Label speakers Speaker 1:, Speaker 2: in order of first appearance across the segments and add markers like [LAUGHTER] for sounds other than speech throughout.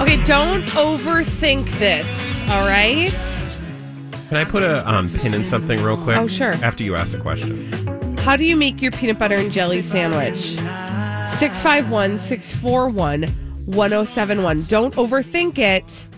Speaker 1: Okay, don't overthink this, all right?
Speaker 2: Can I put a um, pin in something real quick?
Speaker 1: Oh, sure.
Speaker 2: After you ask the question.
Speaker 1: How do you make your peanut butter and jelly sandwich? 651 641 1071. Don't overthink it.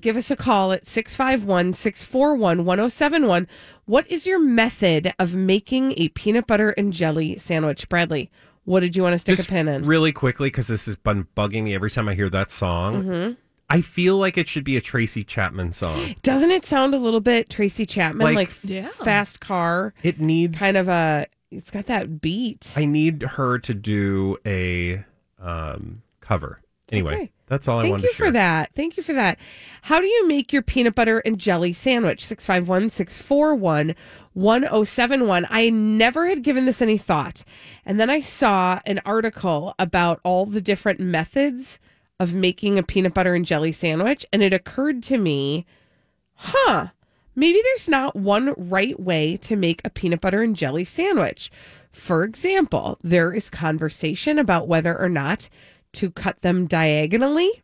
Speaker 1: Give us a call at 651 641 1071. What is your method of making a peanut butter and jelly sandwich, Bradley? What did you want to stick
Speaker 2: Just
Speaker 1: a pin in?
Speaker 2: Really quickly, because this has been bugging me every time I hear that song.
Speaker 1: Mm-hmm.
Speaker 2: I feel like it should be a Tracy Chapman song.
Speaker 1: Doesn't it sound a little bit Tracy Chapman? Like,
Speaker 2: Like-
Speaker 3: Yeah.
Speaker 1: fast car,
Speaker 2: It needs.
Speaker 1: kind of a, it's got that beat.
Speaker 2: I need her to do a um, cover. Anyway,
Speaker 1: Okay.
Speaker 2: that's all I
Speaker 1: Thank
Speaker 2: wanted
Speaker 1: you
Speaker 2: to share.
Speaker 1: for that. Thank you for that. How do you make your peanut butter and jelly sandwich? 651 641 1071. I never had given this any thought. And then I saw an article about all the different methods of making a peanut butter and jelly sandwich. And it occurred to me, huh, maybe there's not one right way to make a peanut butter and jelly sandwich. For example, there is conversation about whether or not to cut them diagonally.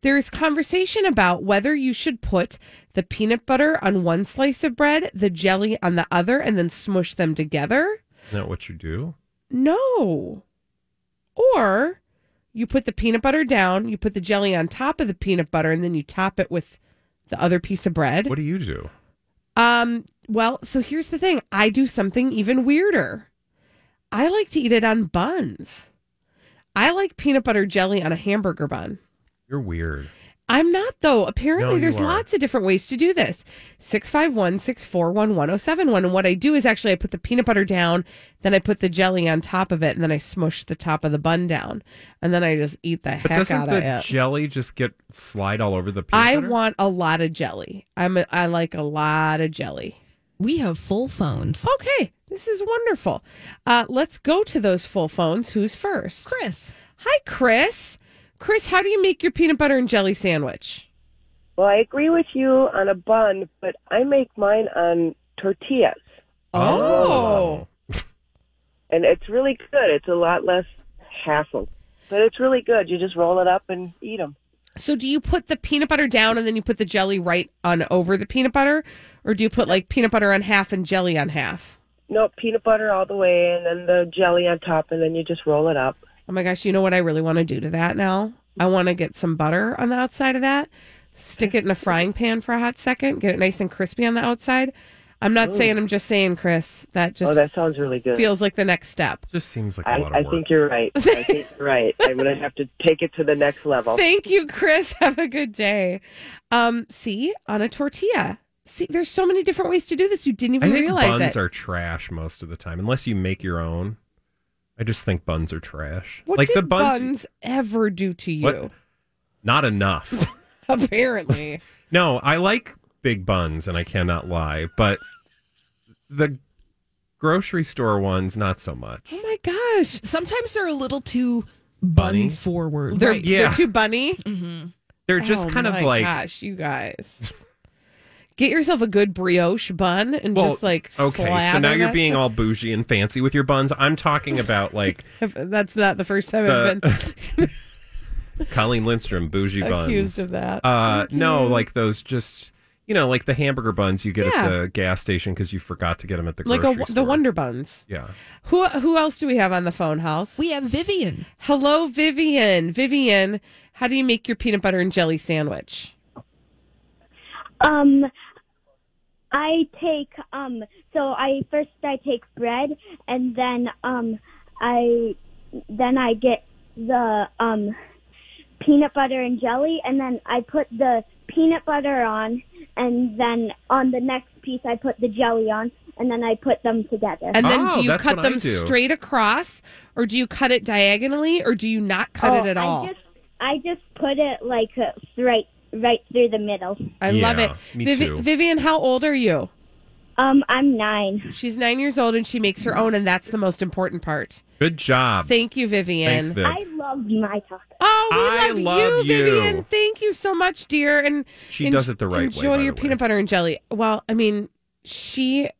Speaker 1: There is conversation about whether you should put the peanut butter on one slice of bread, the jelly on the other, and then smush them together.
Speaker 2: Isn't that what you do?
Speaker 1: No. Or you put the peanut butter down, you put the jelly on top of the peanut butter, and then you top it with the other piece of bread.
Speaker 2: What do you do?
Speaker 1: Um, well, so here's the thing. I do something even weirder. I like to eat it on buns. I like peanut butter jelly on a hamburger bun.
Speaker 2: You're weird.
Speaker 1: I'm not though. Apparently
Speaker 2: you
Speaker 1: there's
Speaker 2: are.
Speaker 1: lots of different ways to do this. 651-641-1071 and oh what I do is actually I put the peanut butter down, then I put the jelly on top of it and then I smush the top of the bun down and then I just eat the
Speaker 2: But
Speaker 1: heck
Speaker 2: doesn't
Speaker 1: out
Speaker 2: the
Speaker 1: of it.
Speaker 2: jelly just get slide all over the peanut
Speaker 1: I
Speaker 2: butter?
Speaker 1: want a lot of jelly. I'm a, I like a lot of jelly.
Speaker 3: We have full phones.
Speaker 1: Okay, this is wonderful. Uh, let's go to those full phones. Who's first?
Speaker 3: Chris.
Speaker 1: Hi, Chris. Chris, how do you make your peanut butter and jelly sandwich?
Speaker 4: Well, I agree with you on a bun, but I make mine on tortillas,
Speaker 1: Oh.
Speaker 4: and it's really good. It's a lot less hassle, but it's really good. You just roll it up and eat them.
Speaker 1: So, do you put the peanut butter down and then you put the jelly right on over the peanut butter? Or do you put like peanut butter on half and jelly on half?
Speaker 4: No peanut butter all the way, and then the jelly on top, and then you just roll it up.
Speaker 1: Oh my gosh, you know what I really want to do to that now? I want to get some butter on the outside of that, stick it in a frying pan for a hot second, get it nice and crispy on the outside. I'm not saying, I'm just saying, Chris, that just
Speaker 4: Oh, that sounds really good.
Speaker 1: feels like the next step.
Speaker 2: Just seems like a
Speaker 4: I,
Speaker 2: lot of
Speaker 4: I
Speaker 2: work.
Speaker 4: think you're right. I think you're right. I'm gonna have to take it to the next level.
Speaker 1: Thank you, Chris. [LAUGHS] Have a good day. Um, see, on a tortilla. See, there's so many different ways to do this. You didn't even
Speaker 2: I think
Speaker 1: realize
Speaker 2: buns
Speaker 1: it.
Speaker 2: are trash most of the time, unless you make your own. I just think buns are trash.
Speaker 1: what
Speaker 2: like
Speaker 1: did
Speaker 2: the buns,
Speaker 1: ever do to you?
Speaker 2: What? not enough.
Speaker 1: [LAUGHS] Apparently.
Speaker 2: no, I like big buns, and I cannot lie, but the grocery store ones, not so much.
Speaker 1: [LAUGHS] oh my gosh.
Speaker 3: Sometimes they're a little too
Speaker 2: Bunny?
Speaker 3: bun forward.
Speaker 1: They're,
Speaker 3: Right.
Speaker 2: yeah.
Speaker 1: they're too bunny.
Speaker 2: They're just
Speaker 1: Oh
Speaker 2: kind of
Speaker 1: my
Speaker 2: like
Speaker 1: gosh, you guys. Get yourself a good brioche bun and
Speaker 2: well,
Speaker 1: just like
Speaker 2: okay. So
Speaker 1: slather
Speaker 2: now you're
Speaker 1: that
Speaker 2: being
Speaker 1: stuff-
Speaker 2: all bougie and fancy with your buns. I'm talking
Speaker 1: [LAUGHS]
Speaker 2: about like
Speaker 1: That's not the first time I've been
Speaker 2: the Colleen Lindstrom bougie [LAUGHS] buns.
Speaker 1: accused of that.
Speaker 2: Uh, no, like Uh, those just you know, like the hamburger buns you get
Speaker 1: Yeah.
Speaker 2: at the gas station because you forgot to get them at the
Speaker 1: Like
Speaker 2: grocery
Speaker 1: a, the
Speaker 2: store.
Speaker 1: Wonder Buns.
Speaker 2: Yeah.
Speaker 1: Who who else do we have on the phone, House?
Speaker 3: We have Vivian.
Speaker 1: Hello, Vivian. Vivian, how do you make your peanut butter and jelly sandwich?
Speaker 5: Um, I take um. So I first I take bread, and then um, I then I get the um, peanut butter and jelly, and then I put the peanut butter on, and then on the next piece I put the jelly on, and then I put them together.
Speaker 1: And then
Speaker 2: Oh,
Speaker 1: do you
Speaker 2: that's
Speaker 1: cut
Speaker 2: what I
Speaker 1: them
Speaker 2: do.
Speaker 1: straight across, or do you cut it diagonally, or do you not cut
Speaker 5: Oh,
Speaker 1: it at all?
Speaker 5: I just I just put it like uh, right right through the middle.
Speaker 1: I love
Speaker 2: Yeah,
Speaker 1: it.
Speaker 2: me too.
Speaker 1: Vivian, how old are you?
Speaker 5: Um, I'm nine.
Speaker 1: She's nine years old and she makes her own, and that's the most important part.
Speaker 2: Good job.
Speaker 1: Thank you, Vivian.
Speaker 2: Thanks, Viv.
Speaker 5: I love my tacos.
Speaker 1: Oh, we
Speaker 2: I
Speaker 1: love,
Speaker 2: love
Speaker 1: you,
Speaker 2: you.
Speaker 1: Vivian. Thank you so much, dear. And
Speaker 2: She
Speaker 1: en-
Speaker 2: does it the right way,
Speaker 1: Enjoy
Speaker 2: by the
Speaker 1: your
Speaker 2: way.
Speaker 1: peanut butter and jelly. Well, I mean, she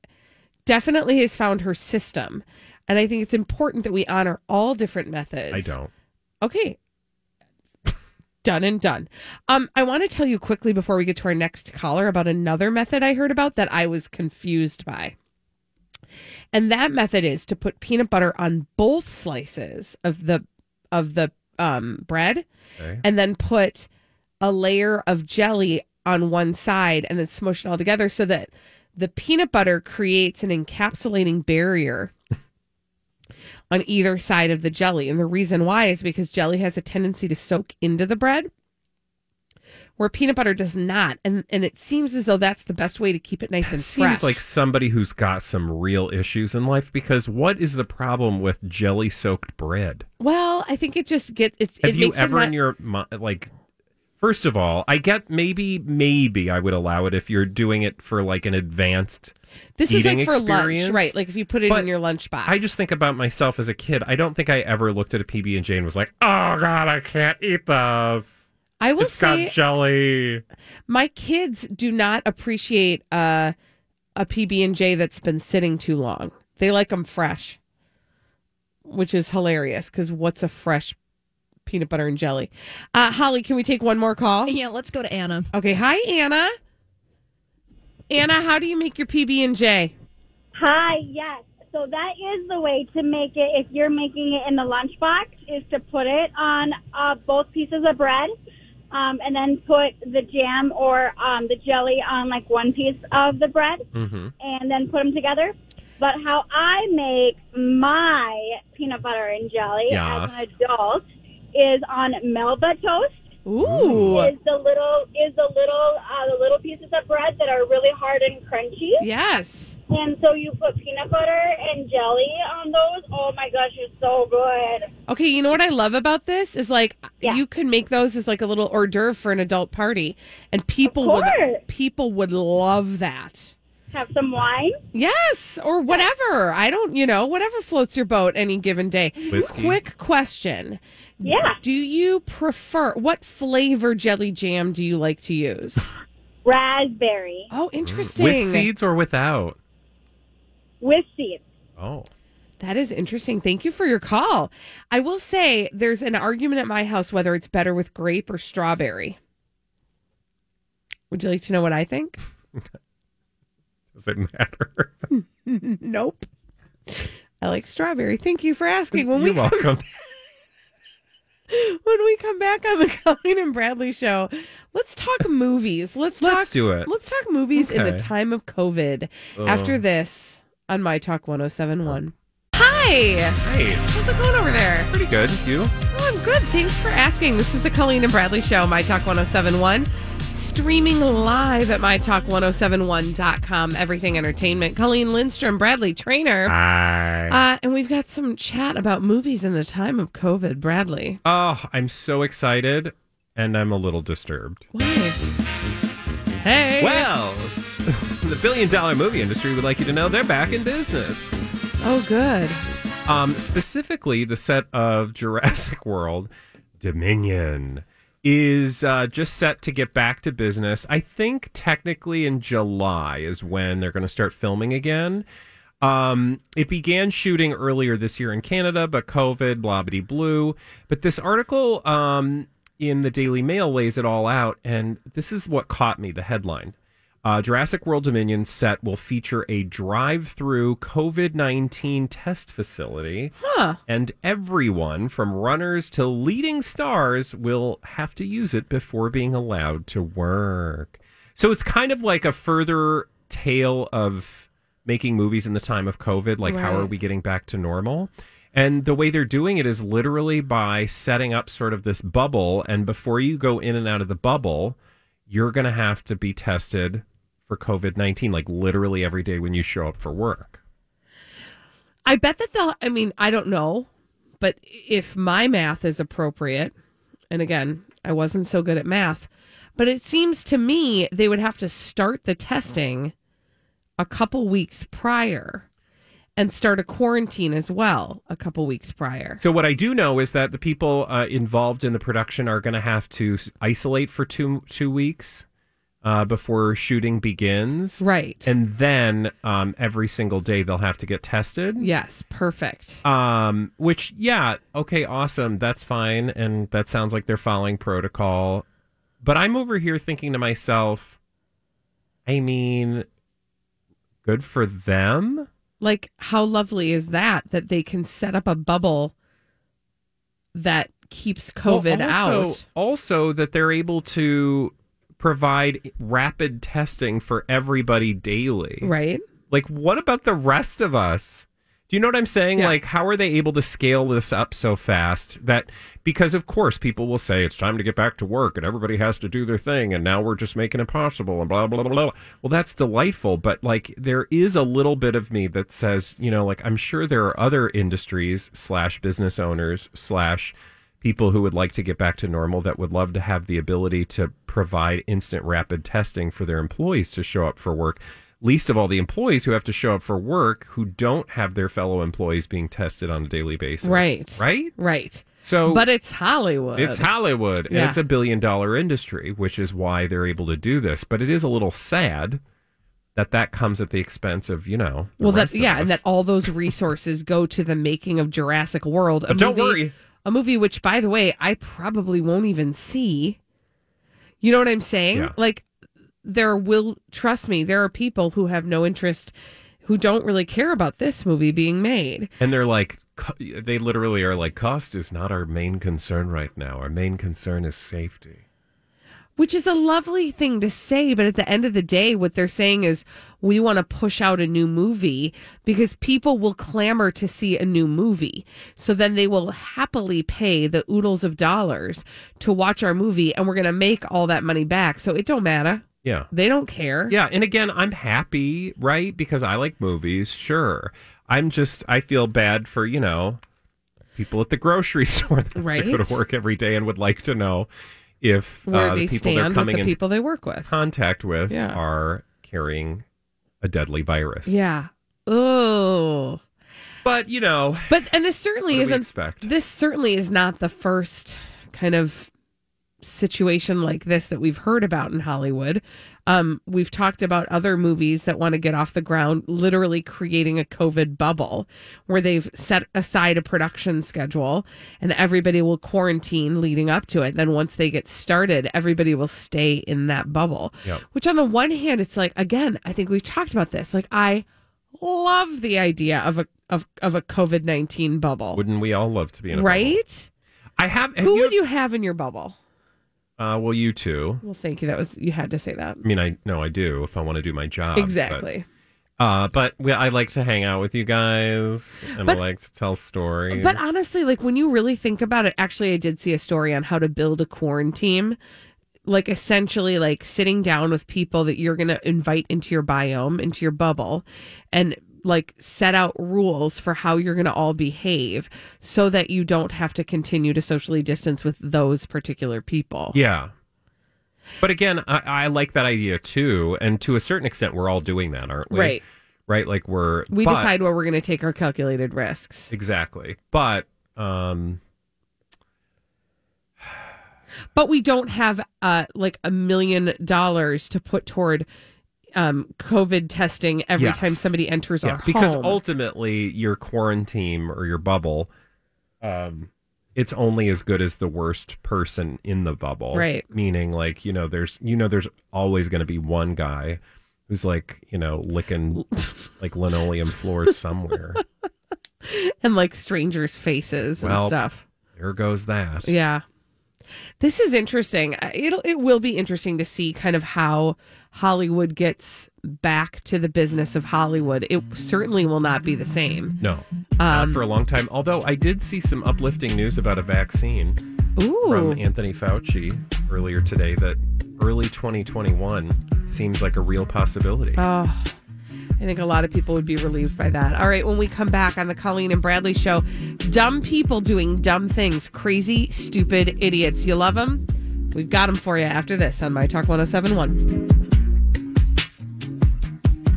Speaker 1: definitely has found her system, and I think it's important that we honor all different methods.
Speaker 2: I don't.
Speaker 1: Okay. Done and done. Um, I want to tell you quickly before we get to our next caller about another method I heard about that I was confused by. And that method is to put peanut butter on both slices of the of the um, bread
Speaker 2: Okay.
Speaker 1: and then put a layer of jelly on one side and then smush it all together so that the peanut butter creates an encapsulating barrier [LAUGHS] on either side of the jelly. And the reason why is because jelly has a tendency to soak into the bread where peanut butter does not. And and it seems as though that's the best way to keep it nice
Speaker 2: That
Speaker 1: and
Speaker 2: seems
Speaker 1: fresh.
Speaker 2: like somebody who's got some real issues in life because what is the problem with jelly soaked bread?
Speaker 1: well, I think it just gets it's
Speaker 2: Have
Speaker 1: it
Speaker 2: you
Speaker 1: makes
Speaker 2: ever
Speaker 1: it
Speaker 2: in
Speaker 1: not-
Speaker 2: your mi- like? First of all, I get maybe maybe I would allow it if you're doing it for like an advanced.
Speaker 1: this is
Speaker 2: eating
Speaker 1: like for
Speaker 2: experience?
Speaker 1: lunch, right? Like if you put it
Speaker 2: But
Speaker 1: in your lunchbox.
Speaker 2: I just think about myself as a kid. I don't think I ever looked at a PB and J and was like, "Oh God, I can't eat those.
Speaker 1: I will
Speaker 2: it's
Speaker 1: say
Speaker 2: got jelly."
Speaker 1: my kids do not appreciate uh, a PB and J that's been sitting too long. They like them fresh, which is hilarious because what's a fresh peanut butter and jelly? Uh, Holly, can we take one more call?
Speaker 3: Yeah, let's go to Anna.
Speaker 1: Okay, hi Anna. Anna, how do you make your PB and J?
Speaker 5: Hi, yes. So that is the way to make it if you're making it in the lunchbox is to put it on uh, both pieces of bread um, and then put the jam or um, the jelly on like one piece of the bread
Speaker 2: Mm-hmm.
Speaker 5: and then put them together. But how I make my peanut butter and jelly as an
Speaker 2: Yes.
Speaker 5: adult is on Melba toast
Speaker 1: Ooh,
Speaker 5: is the little is the little uh, the little pieces of bread that are really hard and crunchy.
Speaker 1: yes.
Speaker 5: And so you put peanut butter and jelly on those. Oh my gosh, it's so good.
Speaker 1: Okay, you know what I love about this is like
Speaker 5: Yeah.
Speaker 1: you can make those as like a little hors d'oeuvre for an adult party, and people
Speaker 5: Of
Speaker 1: would
Speaker 5: course.
Speaker 1: people would love that.
Speaker 5: Have some wine.
Speaker 1: Yes, or whatever. I don't, you know, whatever floats your boat any given day.
Speaker 2: Whiskey.
Speaker 1: Quick question.
Speaker 5: Yeah.
Speaker 1: Do you prefer what flavor jelly jam do you like to use?
Speaker 5: Raspberry
Speaker 1: Oh, interesting.
Speaker 2: With seeds or without?
Speaker 5: with seeds.
Speaker 2: Oh,
Speaker 1: That is interesting. Thank you for your call. I will say there's an argument at my house whether it's better with grape or strawberry. Would you like to know what I think?
Speaker 2: [LAUGHS] does it matter?
Speaker 1: Nope. I like strawberry. Thank you for asking. When we
Speaker 2: [LAUGHS] You're welcome.
Speaker 1: when we come back on the [LAUGHS] Colleen and Bradley show, let's talk movies. Let's talk.
Speaker 2: Let's do it.
Speaker 1: Let's talk movies in the
Speaker 2: Okay.
Speaker 1: time of COVID. After
Speaker 2: Ugh.
Speaker 1: this, on my talk 1071. Hi,
Speaker 2: Hey,
Speaker 1: how's it going over there?
Speaker 2: pretty good. You?
Speaker 1: Oh, I'm good. Thanks for asking. This is the Colleen and Bradley show, My Talk 1071, streaming live at mytalk1071.com. Everything Entertainment. Colleen Lindstrom, Bradley Trainer.
Speaker 2: Hi.
Speaker 1: Uh, and we've got some chat about movies in the time of COVID, Bradley.
Speaker 2: Oh, I'm so excited and I'm a little disturbed.
Speaker 1: Why? Hey.
Speaker 2: Well, [LAUGHS] the billion dollar movie industry would like you to know they're back in business.
Speaker 1: Oh, good.
Speaker 2: Um, specifically, the set of Jurassic World Dominion is uh, just set to get back to business. I think technically in July is when they're going to start filming again. Um, it began shooting earlier this year in Canada, but COVID, blah bitty blue. But this article um, in the Daily Mail lays it all out, and this is what caught me the headline. Uh, Jurassic World Dominion set will feature a drive-through COVID-19 test facility, and everyone from runners to leading stars will have to use it before being allowed to work. So it's kind of like a further tale of making movies in the time of COVID. Like, how are
Speaker 1: Right.
Speaker 2: we getting back to normal? And the way they're doing it is literally by setting up sort of this bubble. And before you go in and out of the bubble, you're going to have to be tested for COVID 19, like literally every day when you show up for work.
Speaker 1: I bet that they'll, I mean, I don't know, but if my math is appropriate, and again, I wasn't so good at math, but it seems to me they would have to start the testing a couple weeks prior and start a quarantine as well a couple weeks prior.
Speaker 2: So what I do know is that the people uh, involved in the production are going to have to s- isolate for two two weeks uh, before shooting begins,
Speaker 1: Right.
Speaker 2: and then um, every single day they'll have to get tested.
Speaker 1: yes, perfect.
Speaker 2: Um, which yeah, okay, awesome, that's fine, and that sounds like they're following protocol. But I'm over here thinking to myself, I mean, good for them.
Speaker 1: Like, how lovely is that that they can set up a bubble that keeps
Speaker 2: Well,
Speaker 1: COVID
Speaker 2: also,
Speaker 1: out?
Speaker 2: Also, that they're able to provide rapid testing for everybody daily.
Speaker 1: Right?
Speaker 2: Like, what about the rest of us? Do you know what I'm saying?
Speaker 1: Yeah.
Speaker 2: Like, how are they able to scale this up so fast that because, of course, people will say it's time to get back to work and everybody has to do their thing and now we're just making it possible and blah, blah, blah, blah. Well, that's delightful. But, like, there is a little bit of me that says, you know, like, I'm sure there are other industries slash business owners slash people who would like to get back to normal that would love to have the ability to provide instant rapid testing for their employees to show up for work. Least of all the employees who have to show up for work who don't have their fellow employees being tested on a daily basis.
Speaker 1: Right.
Speaker 2: Right?
Speaker 1: Right.
Speaker 2: So
Speaker 1: but it's Hollywood.
Speaker 2: it's Hollywood and
Speaker 1: Yeah.
Speaker 2: it's a billion dollar industry, which is why they're able to do this. But it is a little sad that that comes at the expense of, you know, the
Speaker 1: well, that
Speaker 2: rest of
Speaker 1: yeah,
Speaker 2: us.
Speaker 1: and that all those resources go to the making of Jurassic World. a
Speaker 2: But don't
Speaker 1: movie-
Speaker 2: worry.
Speaker 1: a movie which, by the way, I probably won't even see. You know what I'm saying?
Speaker 2: Yeah.
Speaker 1: Like, there will trust me. There are people who have no interest, who don't really care about this movie being made.
Speaker 2: And they're like, co- they literally are like, cost is not our main concern right now. Our main concern is safety.
Speaker 1: Which is a lovely thing to say, but at the end of the day, what they're saying is we want to push out a new movie because people will clamor to see a new movie. So then they will happily pay the oodles of dollars to watch our movie and we're going to make all that money back. So it don't matter.
Speaker 2: Yeah.
Speaker 1: They don't care.
Speaker 2: Yeah. And again, I'm happy, right? Because I like movies, sure. I'm just, I feel bad for, you know, people at the grocery [LAUGHS] store that have to go
Speaker 1: Right.
Speaker 2: to work every day and would like to know if
Speaker 1: Where
Speaker 2: uh,
Speaker 1: they
Speaker 2: the people they're
Speaker 1: stand with
Speaker 2: coming
Speaker 1: the
Speaker 2: into
Speaker 1: people they work with.
Speaker 2: contact with
Speaker 1: Yeah.
Speaker 2: are carrying a deadly virus.
Speaker 1: Yeah. Oh.
Speaker 2: But, you know,
Speaker 1: But and this certainly
Speaker 2: What do we
Speaker 1: isn't
Speaker 2: expect?
Speaker 1: this certainly is not the first kind of situation like this that we've heard about in Hollywood. Um, we've talked about other movies that want to get off the ground, literally creating a COVID bubble where they've set aside a production schedule and everybody will quarantine leading up to it. Then once they get started, everybody will stay in that bubble.
Speaker 2: Yep.
Speaker 1: Which on the one hand, it's like again, I think we've talked about this. Like I love the idea of a of of a COVID nineteen bubble.
Speaker 2: wouldn't we all love to be in a bubble?
Speaker 1: right?
Speaker 2: I have, have
Speaker 1: Who
Speaker 2: you,
Speaker 1: would you have in your bubble?
Speaker 2: uh, well, you too.
Speaker 1: Well, thank you. That was you had to say that.
Speaker 2: I mean, I no, I do if I want to do my job. Um, but-
Speaker 1: exactly.
Speaker 2: uh, but we, I like to hang out with you guys, and
Speaker 1: But-
Speaker 2: I like to tell stories.
Speaker 1: But honestly, like when you really think about it, actually I did see a story on how to build a quarantine. Like essentially like sitting down with people that you're going to invite into your biome, into your bubble and like set out rules for how you're going to all behave so that you don't have to continue to socially distance with those particular people.
Speaker 2: yeah. But again, I, I like that idea too, and to a certain extent, we're all doing that, aren't we?
Speaker 1: Right.
Speaker 2: Right. Like we're
Speaker 1: We
Speaker 2: but-
Speaker 1: decide where we're going to take our calculated risks.
Speaker 2: exactly, but um,
Speaker 1: but we don't have uh like a million dollars to put toward um covid testing every
Speaker 2: Yes.
Speaker 1: time somebody enters
Speaker 2: yeah,
Speaker 1: our
Speaker 2: because
Speaker 1: home
Speaker 2: ultimately your quarantine or your bubble, um, it's only as good as the worst person in the bubble.
Speaker 1: Right.
Speaker 2: Meaning like, you know, there's you know there's always gonna be one guy who's like, you know,
Speaker 1: [LAUGHS]
Speaker 2: licking like linoleum floors somewhere.
Speaker 1: and like strangers' faces and
Speaker 2: Well-
Speaker 1: stuff.
Speaker 2: there goes that.
Speaker 1: Yeah. This is interesting. Uh, It'll it will be interesting to see kind of how Hollywood gets back to the business of Hollywood. It certainly will not be the same.
Speaker 2: No.
Speaker 1: Um,
Speaker 2: not for a long time. Although I did see some uplifting news about a vaccine
Speaker 1: Ooh.
Speaker 2: from Anthony Fauci earlier today that early 2021 seems like a real possibility.
Speaker 1: Oh, I think a lot of people would be relieved by that. All right, when we come back on the Colleen and Bradley show, dumb people doing dumb things, crazy, stupid idiots. You love them? We've got them for you after this on My Talk 1071.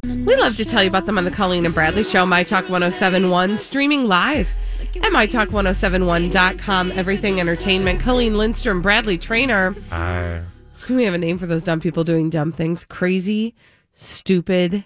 Speaker 1: We love to tell you about them on the Colleen and Bradley show, My Talk 1071, streaming live at MyTalk1071.com. Everything Entertainment. Colleen Lindstrom, Bradley Trainer.
Speaker 2: I-
Speaker 1: We have a name for those dumb people doing dumb things. Crazy, stupid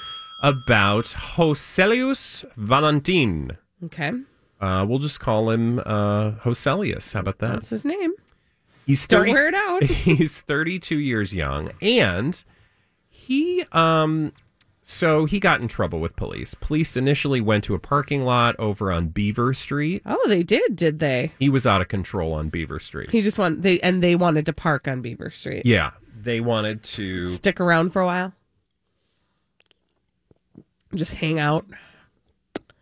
Speaker 2: about Hoselius Valentin.
Speaker 1: Okay.
Speaker 2: Uh, we'll just call him uh, Hoselius. How about that?
Speaker 1: That's his name.
Speaker 2: He's
Speaker 1: Don't
Speaker 2: 30
Speaker 1: wear it
Speaker 2: [LAUGHS]
Speaker 1: out.
Speaker 2: He's 32 years young, and he um, so he got in trouble with police. Police initially went to a parking lot over on Beaver Street.
Speaker 1: Oh, they did, did they?
Speaker 2: He was out of control on Beaver Street.
Speaker 1: He just wanted they and they wanted to park on Beaver Street.
Speaker 2: Yeah, they wanted to.
Speaker 1: Stick around for a while. Just hang out.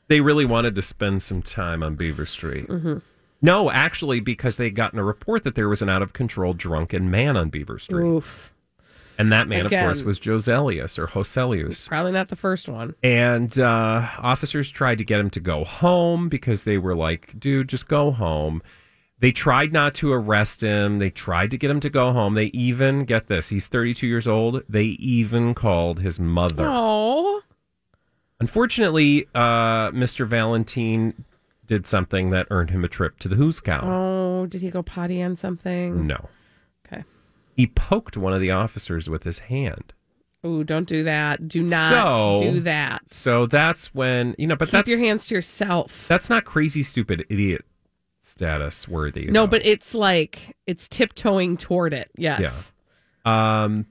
Speaker 2: they really wanted to spend some time on Beaver Street. No, actually, because they had gotten a report that there was an out of control drunken man on Beaver Street.
Speaker 1: Oof.
Speaker 2: And that man,
Speaker 1: Again.
Speaker 2: of course, was Joselius or Hoselius.
Speaker 1: Probably not the first one.
Speaker 2: And uh, officers tried to get him to go home because they were like, dude, just go home. They tried not to arrest him. They tried to get him to go home. They even, get this, he's 32 years old. They even called his mother.
Speaker 1: Oh.
Speaker 2: Unfortunately, uh, Mr. Valentine did something that earned him a trip to the Who's Cow.
Speaker 1: Oh, did he go potty on something?
Speaker 2: No.
Speaker 1: Oh. Okay.
Speaker 2: He poked one of the officers with his hand.
Speaker 1: Ooh, don't do that. Do not
Speaker 2: So-
Speaker 1: do that.
Speaker 2: So that's when, you know, but
Speaker 1: keep
Speaker 2: that's
Speaker 1: your hands to yourself.
Speaker 2: that's not crazy stupid idiot status worthy.
Speaker 1: no,
Speaker 2: though.
Speaker 1: but it's like it's tiptoeing toward it. Yes.
Speaker 2: Yeah. um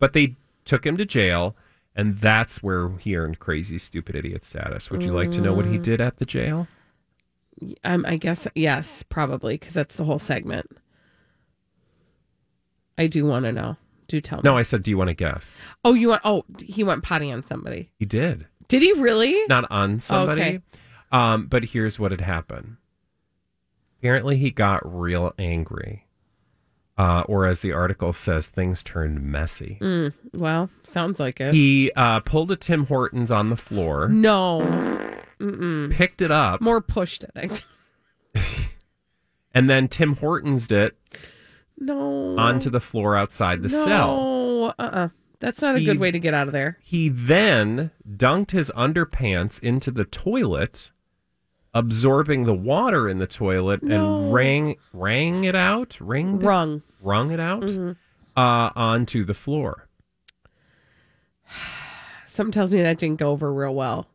Speaker 2: but they took him to jail and that's where he earned crazy stupid idiot status. Would you like to know what
Speaker 1: Mm.
Speaker 2: he did at the jail?
Speaker 1: Um, I guess yes, probably because that's the whole segment. I do want to know. Do tell me.
Speaker 2: No, I said do you want to guess?
Speaker 1: Oh, you want? Oh, he went potty on somebody.
Speaker 2: He did.
Speaker 1: Did he really?
Speaker 2: not on somebody.
Speaker 1: [LAUGHS] Okay.
Speaker 2: Um, but here's what had happened. Apparently, he got real angry, uh, or as the article says, things turned messy.
Speaker 1: Mm, well, sounds like it.
Speaker 2: He uh, pulled a Tim Hortons on the floor,
Speaker 1: no. Mm-mm.
Speaker 2: picked it up,
Speaker 1: More pushed it. I guess.
Speaker 2: and then Tim Hortons it
Speaker 1: No.
Speaker 2: onto the floor outside the
Speaker 1: no.
Speaker 2: cell.
Speaker 1: Uh. uh That's not a
Speaker 2: He-
Speaker 1: good way to get out of there.
Speaker 2: He then dunked his underpants into the toilet, absorbing the water in the toilet,
Speaker 1: No.
Speaker 2: and rang rang it out, ringed it
Speaker 1: Wrong.
Speaker 2: wrung it out
Speaker 1: Mm-hmm.
Speaker 2: uh, onto the floor.
Speaker 1: Something tells me that didn't go over real well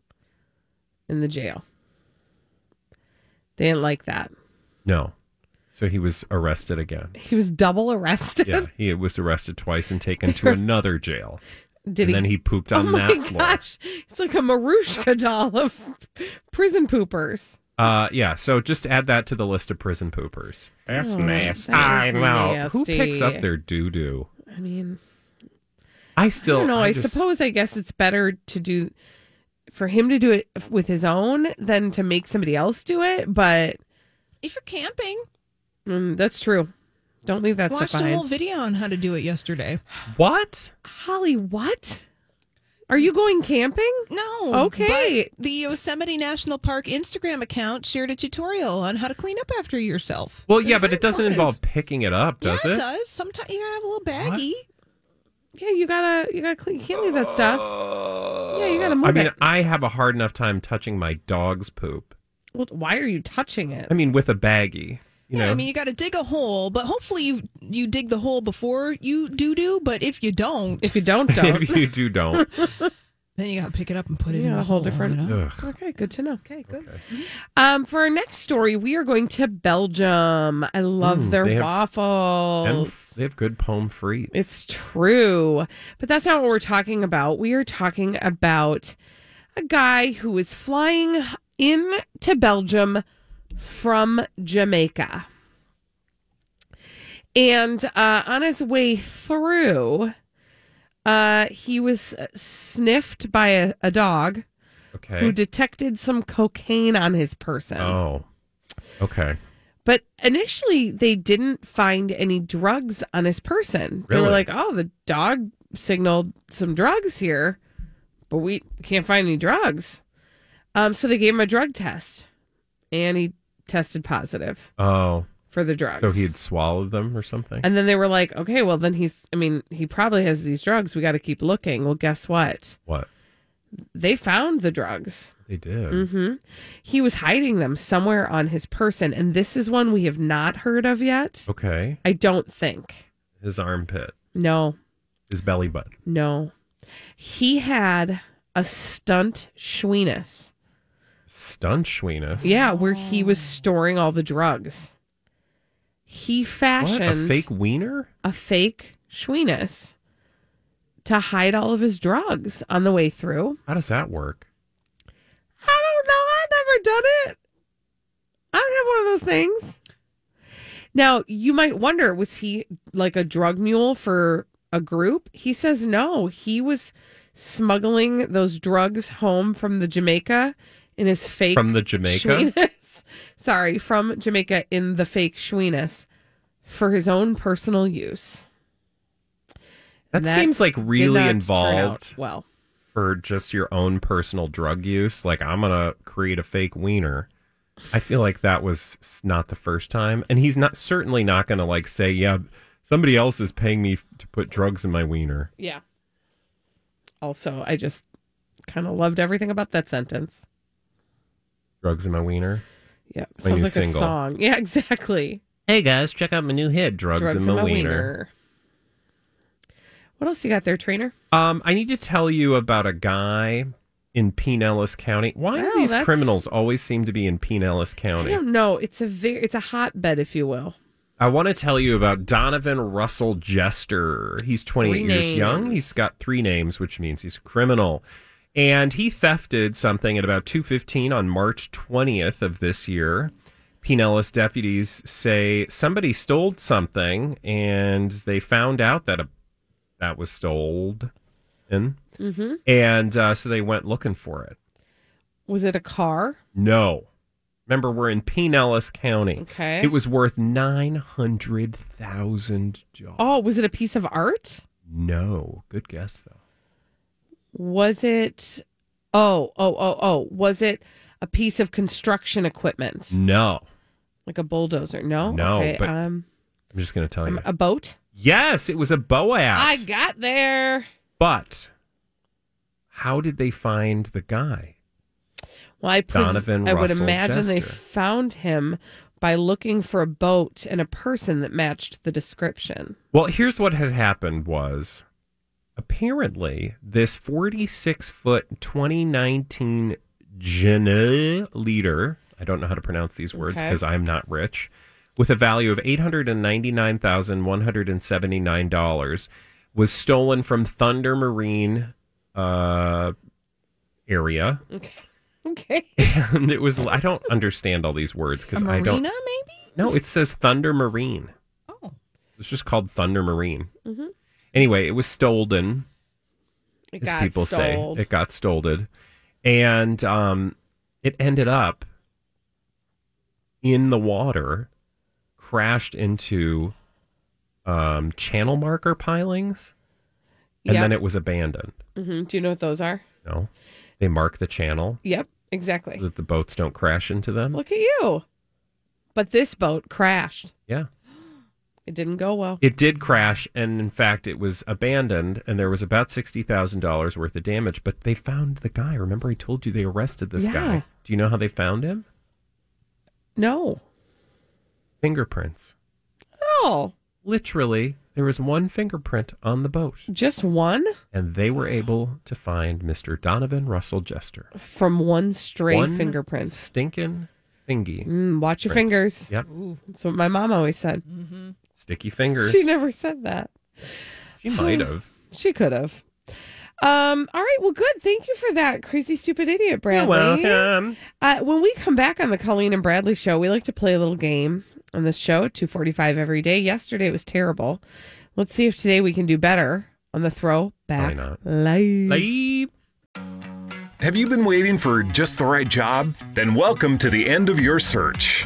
Speaker 1: in the jail. They didn't like that.
Speaker 2: No. So he was
Speaker 1: [LAUGHS]
Speaker 2: arrested again.
Speaker 1: He was double arrested. [LAUGHS]
Speaker 2: Yeah, he was arrested twice and taken to another jail.
Speaker 1: Did
Speaker 2: and
Speaker 1: he?
Speaker 2: then he pooped
Speaker 1: oh
Speaker 2: on
Speaker 1: my [LAUGHS]
Speaker 2: that floor.
Speaker 1: gosh, it's like a Marushka doll of prison poopers.
Speaker 2: Uh, yeah, so just add that to the list of prison poopers.
Speaker 1: That's Oh, nasty. that
Speaker 2: I
Speaker 1: is
Speaker 2: know. Who picks
Speaker 1: nasty.
Speaker 2: up their doo doo?
Speaker 1: I mean,
Speaker 2: I still
Speaker 1: I don't know. I,
Speaker 2: just-
Speaker 1: suppose I guess it's better to do for him to do it with his own than to make somebody else do it. But
Speaker 3: If you're camping,
Speaker 1: mm, that's true. Don't leave that
Speaker 3: watched
Speaker 1: stuff
Speaker 3: a whole
Speaker 1: behind.
Speaker 3: video on how to do it yesterday.
Speaker 2: What?
Speaker 1: Holly, what? Are you going camping?
Speaker 3: No.
Speaker 1: Okay.
Speaker 3: but The Yosemite National Park Instagram account shared a tutorial on how to clean up after yourself.
Speaker 2: Well, yeah, but it doesn't involve picking it up, does
Speaker 3: yeah, it?
Speaker 2: it?
Speaker 3: does. Sometimes you gotta have a little baggie.
Speaker 1: Yeah, you gotta you gotta clean. You can't leave that stuff. yeah, you gotta move
Speaker 2: I mean,
Speaker 1: it.
Speaker 2: I have a hard enough time touching my dog's poop.
Speaker 1: Well, why are you touching it?
Speaker 2: I mean, with a baggie, you
Speaker 3: Yeah,
Speaker 2: know.
Speaker 3: I mean, you gotta dig a hole, but hopefully you you dig the hole before you do do. But if you don't,
Speaker 1: If you don't, don't.
Speaker 2: [LAUGHS] [LAUGHS] if you do, don't.
Speaker 3: then you gotta pick it up and put it in
Speaker 1: Yeah,
Speaker 3: the
Speaker 1: a whole
Speaker 3: hole,
Speaker 1: different-
Speaker 3: you know?
Speaker 2: Ugh.
Speaker 1: okay, good to know.
Speaker 3: Okay, good.
Speaker 1: Um, for our next story, we are going to Belgium. I love
Speaker 2: Mm,
Speaker 1: their
Speaker 2: they have- Them-
Speaker 1: waffles.
Speaker 2: they have good poem frites.
Speaker 1: It's true. But that's not what we're talking about. We are talking about a guy who was flying in to Belgium from Jamaica. And uh, on his way through, uh, he was sniffed by a, a dog
Speaker 2: okay.
Speaker 1: who detected some cocaine on his person.
Speaker 2: oh, okay.
Speaker 1: But initially, they didn't find any drugs on his person. They were
Speaker 2: Really?
Speaker 1: like, "Oh, the dog signaled some drugs here, but we can't find any drugs." Um, so they gave him a drug test, and he tested positive
Speaker 2: Oh,
Speaker 1: for the drugs.
Speaker 2: so he had swallowed them or something.
Speaker 1: and then they were like, "Okay, well, then he's. I mean, he probably has these drugs. We got to keep looking." Well, guess what?
Speaker 2: what
Speaker 1: They found the drugs.
Speaker 2: they did?
Speaker 1: hmm He was hiding them somewhere on his person, and this is one we have not heard of yet.
Speaker 2: Okay,
Speaker 1: I don't think.
Speaker 2: his armpit,
Speaker 1: No,
Speaker 2: his belly button.
Speaker 1: no. He had a stunt schweenus.
Speaker 2: Stunt Schweenus.
Speaker 1: Yeah, where he was
Speaker 2: Oh.
Speaker 1: storing all the drugs. He
Speaker 2: What?
Speaker 1: fashioned
Speaker 2: A fake wiener?
Speaker 1: a fake schweenus to hide all of his drugs on the way through.
Speaker 2: How does that work?
Speaker 1: I don't know. I've never done it. I don't have one of those things. Now, you might wonder was he like a drug mule for a group? He says no. He was smuggling those drugs home from the Jamaica in his fake
Speaker 2: From the Jamaica?
Speaker 1: Schweenus. [LAUGHS] Sorry, from Jamaica in the fake Schweenus for his own personal use.
Speaker 2: That,
Speaker 1: That
Speaker 2: seems like
Speaker 1: did
Speaker 2: really
Speaker 1: not turn
Speaker 2: involved
Speaker 1: out Well,
Speaker 2: for just your own personal drug use. Like I'm gonna create a fake wiener. I feel like that was s- not the first time, and he's not certainly not gonna like say, yeah, somebody else is paying me f- to put drugs in my wiener.
Speaker 1: yeah. Also, I just kind of loved everything about that sentence.
Speaker 2: Drugs in my wiener.
Speaker 1: Yeah,
Speaker 2: My
Speaker 1: sounds
Speaker 2: new
Speaker 1: like
Speaker 2: single.
Speaker 1: a song. [LAUGHS] Yeah, exactly.
Speaker 2: Hey guys, check out my new hit, Drugs, in My, wiener.
Speaker 1: What else you got there, trainer?
Speaker 2: Um, I need to tell you about a guy in Pinellas County. Why
Speaker 1: Wow,
Speaker 2: do these
Speaker 1: that's-
Speaker 2: criminals always seem to be in Pinellas
Speaker 1: I
Speaker 2: County?
Speaker 1: don't know. It's a very, it's a hotbed, if you will.
Speaker 2: I want to tell you about Donovan Russell Jester. He's 28
Speaker 1: Three
Speaker 2: years
Speaker 1: names.
Speaker 2: young. He's got three names, which means he's a criminal. And he thefted something at about 2:15 on March 20th of this year. Pinellas deputies say somebody stole something and they found out that a, that was stolen.
Speaker 1: Mm-hmm.
Speaker 2: And uh, so they went looking for it.
Speaker 1: Was it a car?
Speaker 2: No. Remember, we're in Pinellas County.
Speaker 1: Okay.
Speaker 2: It was worth nine hundred thousand dollars.
Speaker 1: Oh, was it a piece of art?
Speaker 2: no, good guess though.
Speaker 1: Was it? Oh, oh, oh, oh. Was it a piece of construction equipment,
Speaker 2: No,
Speaker 1: like a bulldozer? No,
Speaker 2: No,
Speaker 1: Okay,
Speaker 2: but-
Speaker 1: um,
Speaker 2: I'm just gonna tell you.
Speaker 1: um, a boat.
Speaker 2: yes, it was a Boaz.
Speaker 1: I got there.
Speaker 2: but how did they find the guy?
Speaker 1: Well, I, pres-
Speaker 2: Donovan
Speaker 1: I would
Speaker 2: Russell
Speaker 1: imagine they
Speaker 2: Jester.
Speaker 1: found him by looking for a boat and a person that matched the description. [LAUGHS]
Speaker 2: Well, here's what had happened was apparently this 46 foot 2019 Jenna leader, I don't know how to pronounce these words
Speaker 1: Okay.
Speaker 2: because I'm not rich, with a value of $899,179 was stolen from Thunder Marine uh, area. [LAUGHS]
Speaker 1: Okay.
Speaker 2: And it was, I don't understand all these words because I don't.
Speaker 3: Marina, maybe?
Speaker 2: No, it says Thunder Marine.
Speaker 3: Oh.
Speaker 2: It's just called Thunder Marine.
Speaker 1: Mhm.
Speaker 2: Anyway, it was stolen,
Speaker 1: It
Speaker 2: as
Speaker 1: got
Speaker 2: people
Speaker 1: sold.
Speaker 2: say. It got stolen. And um, it ended up in the water, crashed into um, channel marker pilings, and
Speaker 1: Yep.
Speaker 2: then it was abandoned.
Speaker 1: Mhm. Do you know what those are?
Speaker 2: No, they mark the channel
Speaker 1: Yep,
Speaker 2: so
Speaker 1: exactly.
Speaker 2: that the boats don't crash into them.
Speaker 1: Look at you. But this boat crashed.
Speaker 2: Yeah.
Speaker 1: It didn't go well.
Speaker 2: It did crash, and in fact, it was abandoned, and there was about sixty thousand dollars worth of damage. But they found the guy. Remember, I told you they arrested this
Speaker 1: Yeah.
Speaker 2: guy. Do you know how they found him?
Speaker 1: No.
Speaker 2: Fingerprints.
Speaker 1: Oh,
Speaker 2: Literally, there was one fingerprint on the boat,
Speaker 1: just one
Speaker 2: and they were able to find Mister Donovan Russell Jester.
Speaker 1: from one stray
Speaker 2: One
Speaker 1: fingerprint.
Speaker 2: Stinking thingy.
Speaker 1: Mm, watch your
Speaker 2: Print.
Speaker 1: fingers.
Speaker 2: Yep.
Speaker 1: That's what my mom always said.
Speaker 2: Sticky fingers.
Speaker 1: She never said that.
Speaker 2: she
Speaker 1: [LAUGHS]
Speaker 2: might have.
Speaker 1: She could have. Um, all right. Well, good. Thank you for that, crazy, stupid idiot, Bradley. Uh, when we come back on the Colleen and Bradley show, we like to play a little game on this show at 245 every day. Yesterday it was terrible. Let's see if today we can do better on the throwback.
Speaker 2: Probably not.
Speaker 1: Live.
Speaker 2: Bye.
Speaker 6: Have you been waiting for just the right job? Then welcome to the end of your search.